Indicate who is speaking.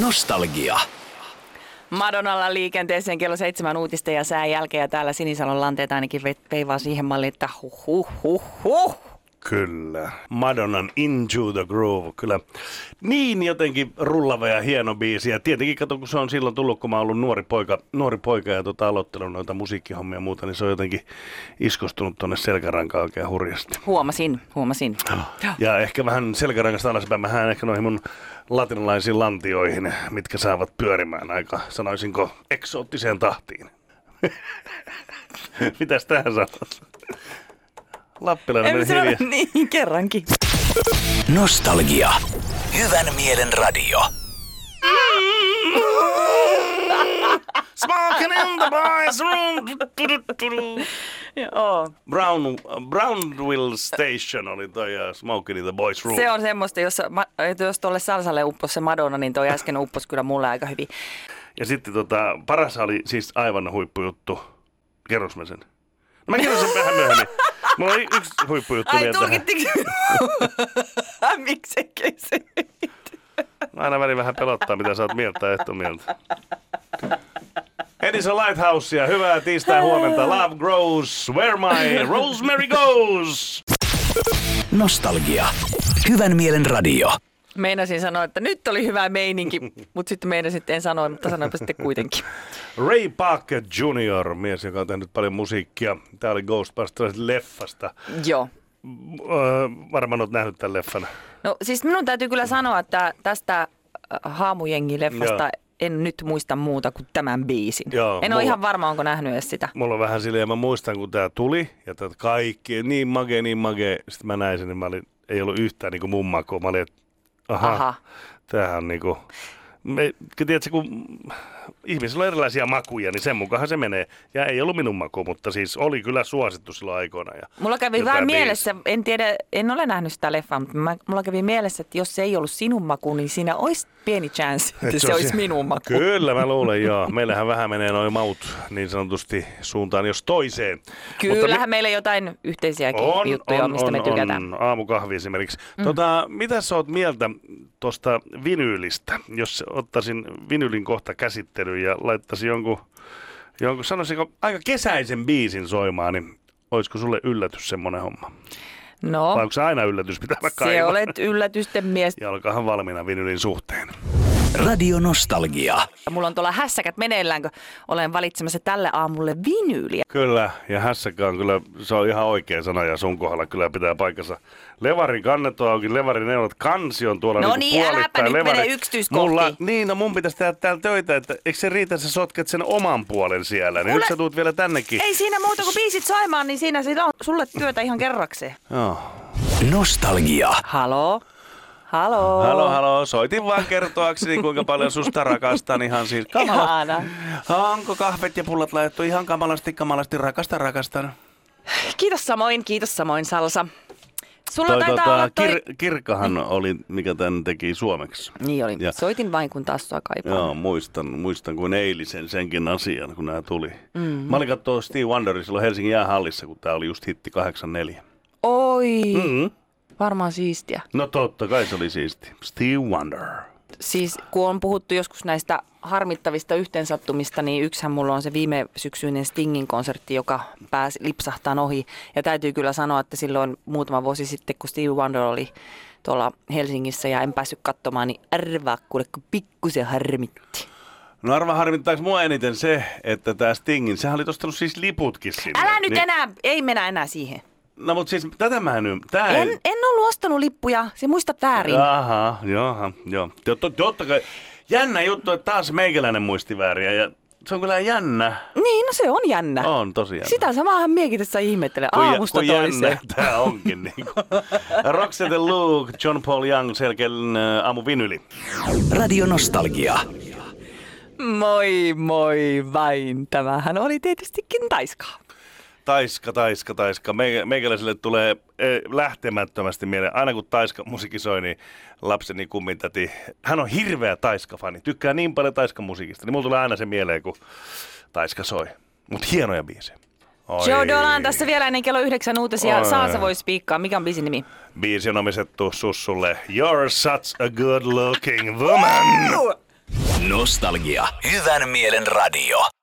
Speaker 1: Nostalgia.
Speaker 2: Madonnalla liikenteeseen kello seitsemän uutista ja sään jälkeen ja täällä Sinisalon lanteet ainakin ve- peivaa siihen malliin, että huh huh huh huh.
Speaker 3: Kyllä. Madonnan Into the Groove, kyllä. Niin jotenkin rullava ja hieno biisi. Ja tietenkin, kato, kun se on silloin tullut, kun mä oon ollut nuori poika, nuori poika ja tota, aloittanut noita musiikkihommia ja muuta, niin se on jotenkin iskostunut tonne selkärankaan oikein hurjasti.
Speaker 2: Huomasin, huomasin.
Speaker 3: Ja ehkä vähän selkärangasta alaspäin, mä hän ehkä noihin mun latinalaisiin lantioihin, mitkä saavat pyörimään aika, sanoisinko, eksoottiseen tahtiin. Mitäs tähän sanot? Lappilainen
Speaker 2: En
Speaker 3: meni
Speaker 2: sano-
Speaker 3: hiljaa.
Speaker 2: niin, kerrankin.
Speaker 1: Nostalgia. Hyvän mielen radio.
Speaker 3: Smoking in the boys room.
Speaker 2: Joo.
Speaker 3: Brown, Brownville Station oli toi ja Smoking in the boys room.
Speaker 2: Se on semmoista, jos, ma- että jos tuolle salsalle upposi se Madonna, niin toi äsken upposi kyllä mulle aika hyvin.
Speaker 3: Ja sitten tota, paras oli siis aivan huippujuttu. Kerros mä sen. No mä kerron sen vähän myöhemmin. Mulla oli yksi huippujuttu
Speaker 2: Ai
Speaker 3: vielä tähän.
Speaker 2: tulkittikö? Miksi kysyit?
Speaker 3: Aina väliin vähän pelottaa, mitä sä oot mieltä tai et oo mieltä. Edison Lighthousea, hyvää tiistai huomenta. Love grows, where my rosemary goes.
Speaker 1: Nostalgia. Hyvän mielen radio.
Speaker 2: Meinasin sanoa, että nyt oli hyvä meininki, mutta sitten meinasin, että en sanoa, mutta sanoinpa sitten kuitenkin.
Speaker 3: Ray Parker Jr., mies, joka on tehnyt paljon musiikkia. Tää oli Ghostbusters-leffasta.
Speaker 2: Joo.
Speaker 3: Öö, varmaan oot nähnyt tämän leffan.
Speaker 2: No siis minun täytyy kyllä sanoa, että tästä äh, haamujengileffasta
Speaker 3: Joo.
Speaker 2: en nyt muista muuta kuin tämän biisin.
Speaker 3: Joo,
Speaker 2: en ole
Speaker 3: mulla-
Speaker 2: ihan varma, onko nähnyt edes sitä.
Speaker 3: Mulla on vähän silleen, mä muistan kun tää tuli ja tää kaikki, niin mage, niin mage. Sitten mä näin sen, niin mä olin, ei ollut yhtään niin mun makua. Mä olin, että aha,
Speaker 2: Aha.
Speaker 3: aha. tämähän on niin kuin, me, kun tiedätkö, kun ihmisillä on erilaisia makuja, niin sen mukaan se menee. Ja ei ollut minun maku, mutta siis oli kyllä suosittu silloin aikoina. Ja
Speaker 2: Mulla kävi
Speaker 3: Jotain
Speaker 2: vähän
Speaker 3: biisi.
Speaker 2: mielessä, en tiedä, en ole nähnyt sitä leffaa, mutta mä, mulla kävi mielessä, että jos se ei ollut sinun maku, niin siinä olisi pieni chance, että
Speaker 3: Et
Speaker 2: Siis se
Speaker 3: on
Speaker 2: olisi
Speaker 3: se-
Speaker 2: minun maku.
Speaker 3: Kyllä, mä luulen, joo. Meillähän vähän menee noin maut niin sanotusti suuntaan jos toiseen.
Speaker 2: Kyllähän meillä jotain yhteisiäkin juttuja, on, mistä me tykätään.
Speaker 3: On. Aamukahvi esimerkiksi. Mm. Tota, mitä sä oot mieltä tuosta vinyylistä? Jos ottaisin vinyylin kohta käsittelyyn ja laittaisin jonkun, jonkun sanoisinko, aika kesäisen biisin soimaan, niin olisiko sulle yllätys semmoinen homma? Vai
Speaker 2: No,
Speaker 3: onko se aina yllätys, pitää mä
Speaker 2: se
Speaker 3: kaivaa?
Speaker 2: olet jalkahan mies.
Speaker 3: Ja olkaahan valmiina vinylin suhteen.
Speaker 1: Radio Nostalgia.
Speaker 2: Mulla on tuolla hässäkät meneillään, kun olen valitsemassa tälle aamulle vinyyliä.
Speaker 3: Kyllä, ja hässäkkä on kyllä, se on ihan oikea sana ja sun kohdalla kyllä pitää paikkansa. Levarin kannet on auki, levarin neulot, kansi on tuolla
Speaker 2: No
Speaker 3: niinku
Speaker 2: niin, äläpä
Speaker 3: puolittain,
Speaker 2: nyt
Speaker 3: levari-
Speaker 2: mene yksityiskohtiin.
Speaker 3: Mulla, niin, no mun pitäisi tehdä täällä töitä, että eikö se riitä, että sä sotket sen oman puolen siellä, niin
Speaker 2: Kuule-
Speaker 3: nyt sä tuut vielä tännekin.
Speaker 2: Ei siinä muuta kuin biisit soimaan, niin siinä sitä on sulle työtä ihan kerrakseen.
Speaker 3: Joo.
Speaker 1: Nostalgia.
Speaker 2: Haloo? Haloo?
Speaker 3: Halo, halo, soitin vaan kertoakseni, kuinka paljon susta rakastan ihan siis kamala.
Speaker 2: Ihana.
Speaker 3: Onko kahvet ja pullat laitettu ihan kamalasti, kamalasti, rakastan, rakastan.
Speaker 2: Kiitos samoin, kiitos samoin Salsa. Sulla
Speaker 3: Toi,
Speaker 2: taitaa olla
Speaker 3: tota,
Speaker 2: toi...
Speaker 3: kir- kirkkahan oli, mikä tämän teki suomeksi.
Speaker 2: Niin oli.
Speaker 3: Ja-
Speaker 2: Soitin vain, kun taas sua kaipaan.
Speaker 3: Joo, muistan, muistan kuin eilisen senkin asian, kun nämä tuli.
Speaker 2: Mm.
Speaker 3: Mm-hmm. Mä olin katsoa Steve Wonderin silloin Helsingin jäähallissa, kun tää oli just hitti 84.
Speaker 2: Oi,
Speaker 3: Mm-hmm.
Speaker 2: varmaan siistiä.
Speaker 3: No totta kai se oli siisti. Steve Wonder.
Speaker 2: Siis kun on puhuttu joskus näistä harmittavista yhteensattumista, niin yksihän mulla on se viime syksyinen Stingin konsertti, joka pääsi lipsahtaan ohi. Ja täytyy kyllä sanoa, että silloin muutama vuosi sitten, kun Steve Wonder oli tuolla Helsingissä ja en päässyt katsomaan, niin arvaa kuule, kun pikkusen harmitti.
Speaker 3: No arva harmittaako mua eniten se, että tämä Stingin, sehän oli ostanut siis liputkin sinne. Niin-
Speaker 2: Älä nyt enää, ei mennä enää siihen.
Speaker 3: No mutta siis tätä mä en, ymmär- tää
Speaker 2: En, en ollut ostanut lippuja, se muista väärin.
Speaker 3: Jaha, jaha, joo. Totta, totta kai. Jännä juttu, että taas meikäläinen muisti vääriä ja se on kyllä jännä.
Speaker 2: Niin, no se on jännä.
Speaker 3: On tosi jännä.
Speaker 2: Sitä samaahan miekin tässä ihmettelen
Speaker 3: Kun jä-
Speaker 2: aamusta
Speaker 3: kun
Speaker 2: toiseen.
Speaker 3: jännä tää onkin. Niin Roxette Luke, John Paul Young, selkeän ä, aamu vinyli.
Speaker 1: Radio Nostalgia.
Speaker 2: Moi moi vain. Tämähän oli tietystikin taiskaa.
Speaker 3: Taiska, taiska, taiska. Meikä- Meikäläiselle tulee eh, lähtemättömästi mieleen. Aina kun taiska musiikki soi, niin lapseni kummin täti. Hän on hirveä taiska-fani. Tykkää niin paljon taiska musiikista. Niin mulla tulee aina se mieleen, kun taiska soi. Mut hienoja biisejä. Oi.
Speaker 2: Joe Dolan tässä vielä ennen kello yhdeksän uutisia.
Speaker 3: Oi.
Speaker 2: Saasa voi spiikkaa. Mikä on biisin nimi?
Speaker 3: Biisi on omistettu Sussulle. You're such a good looking woman.
Speaker 1: Nostalgia. Hyvän mielen radio.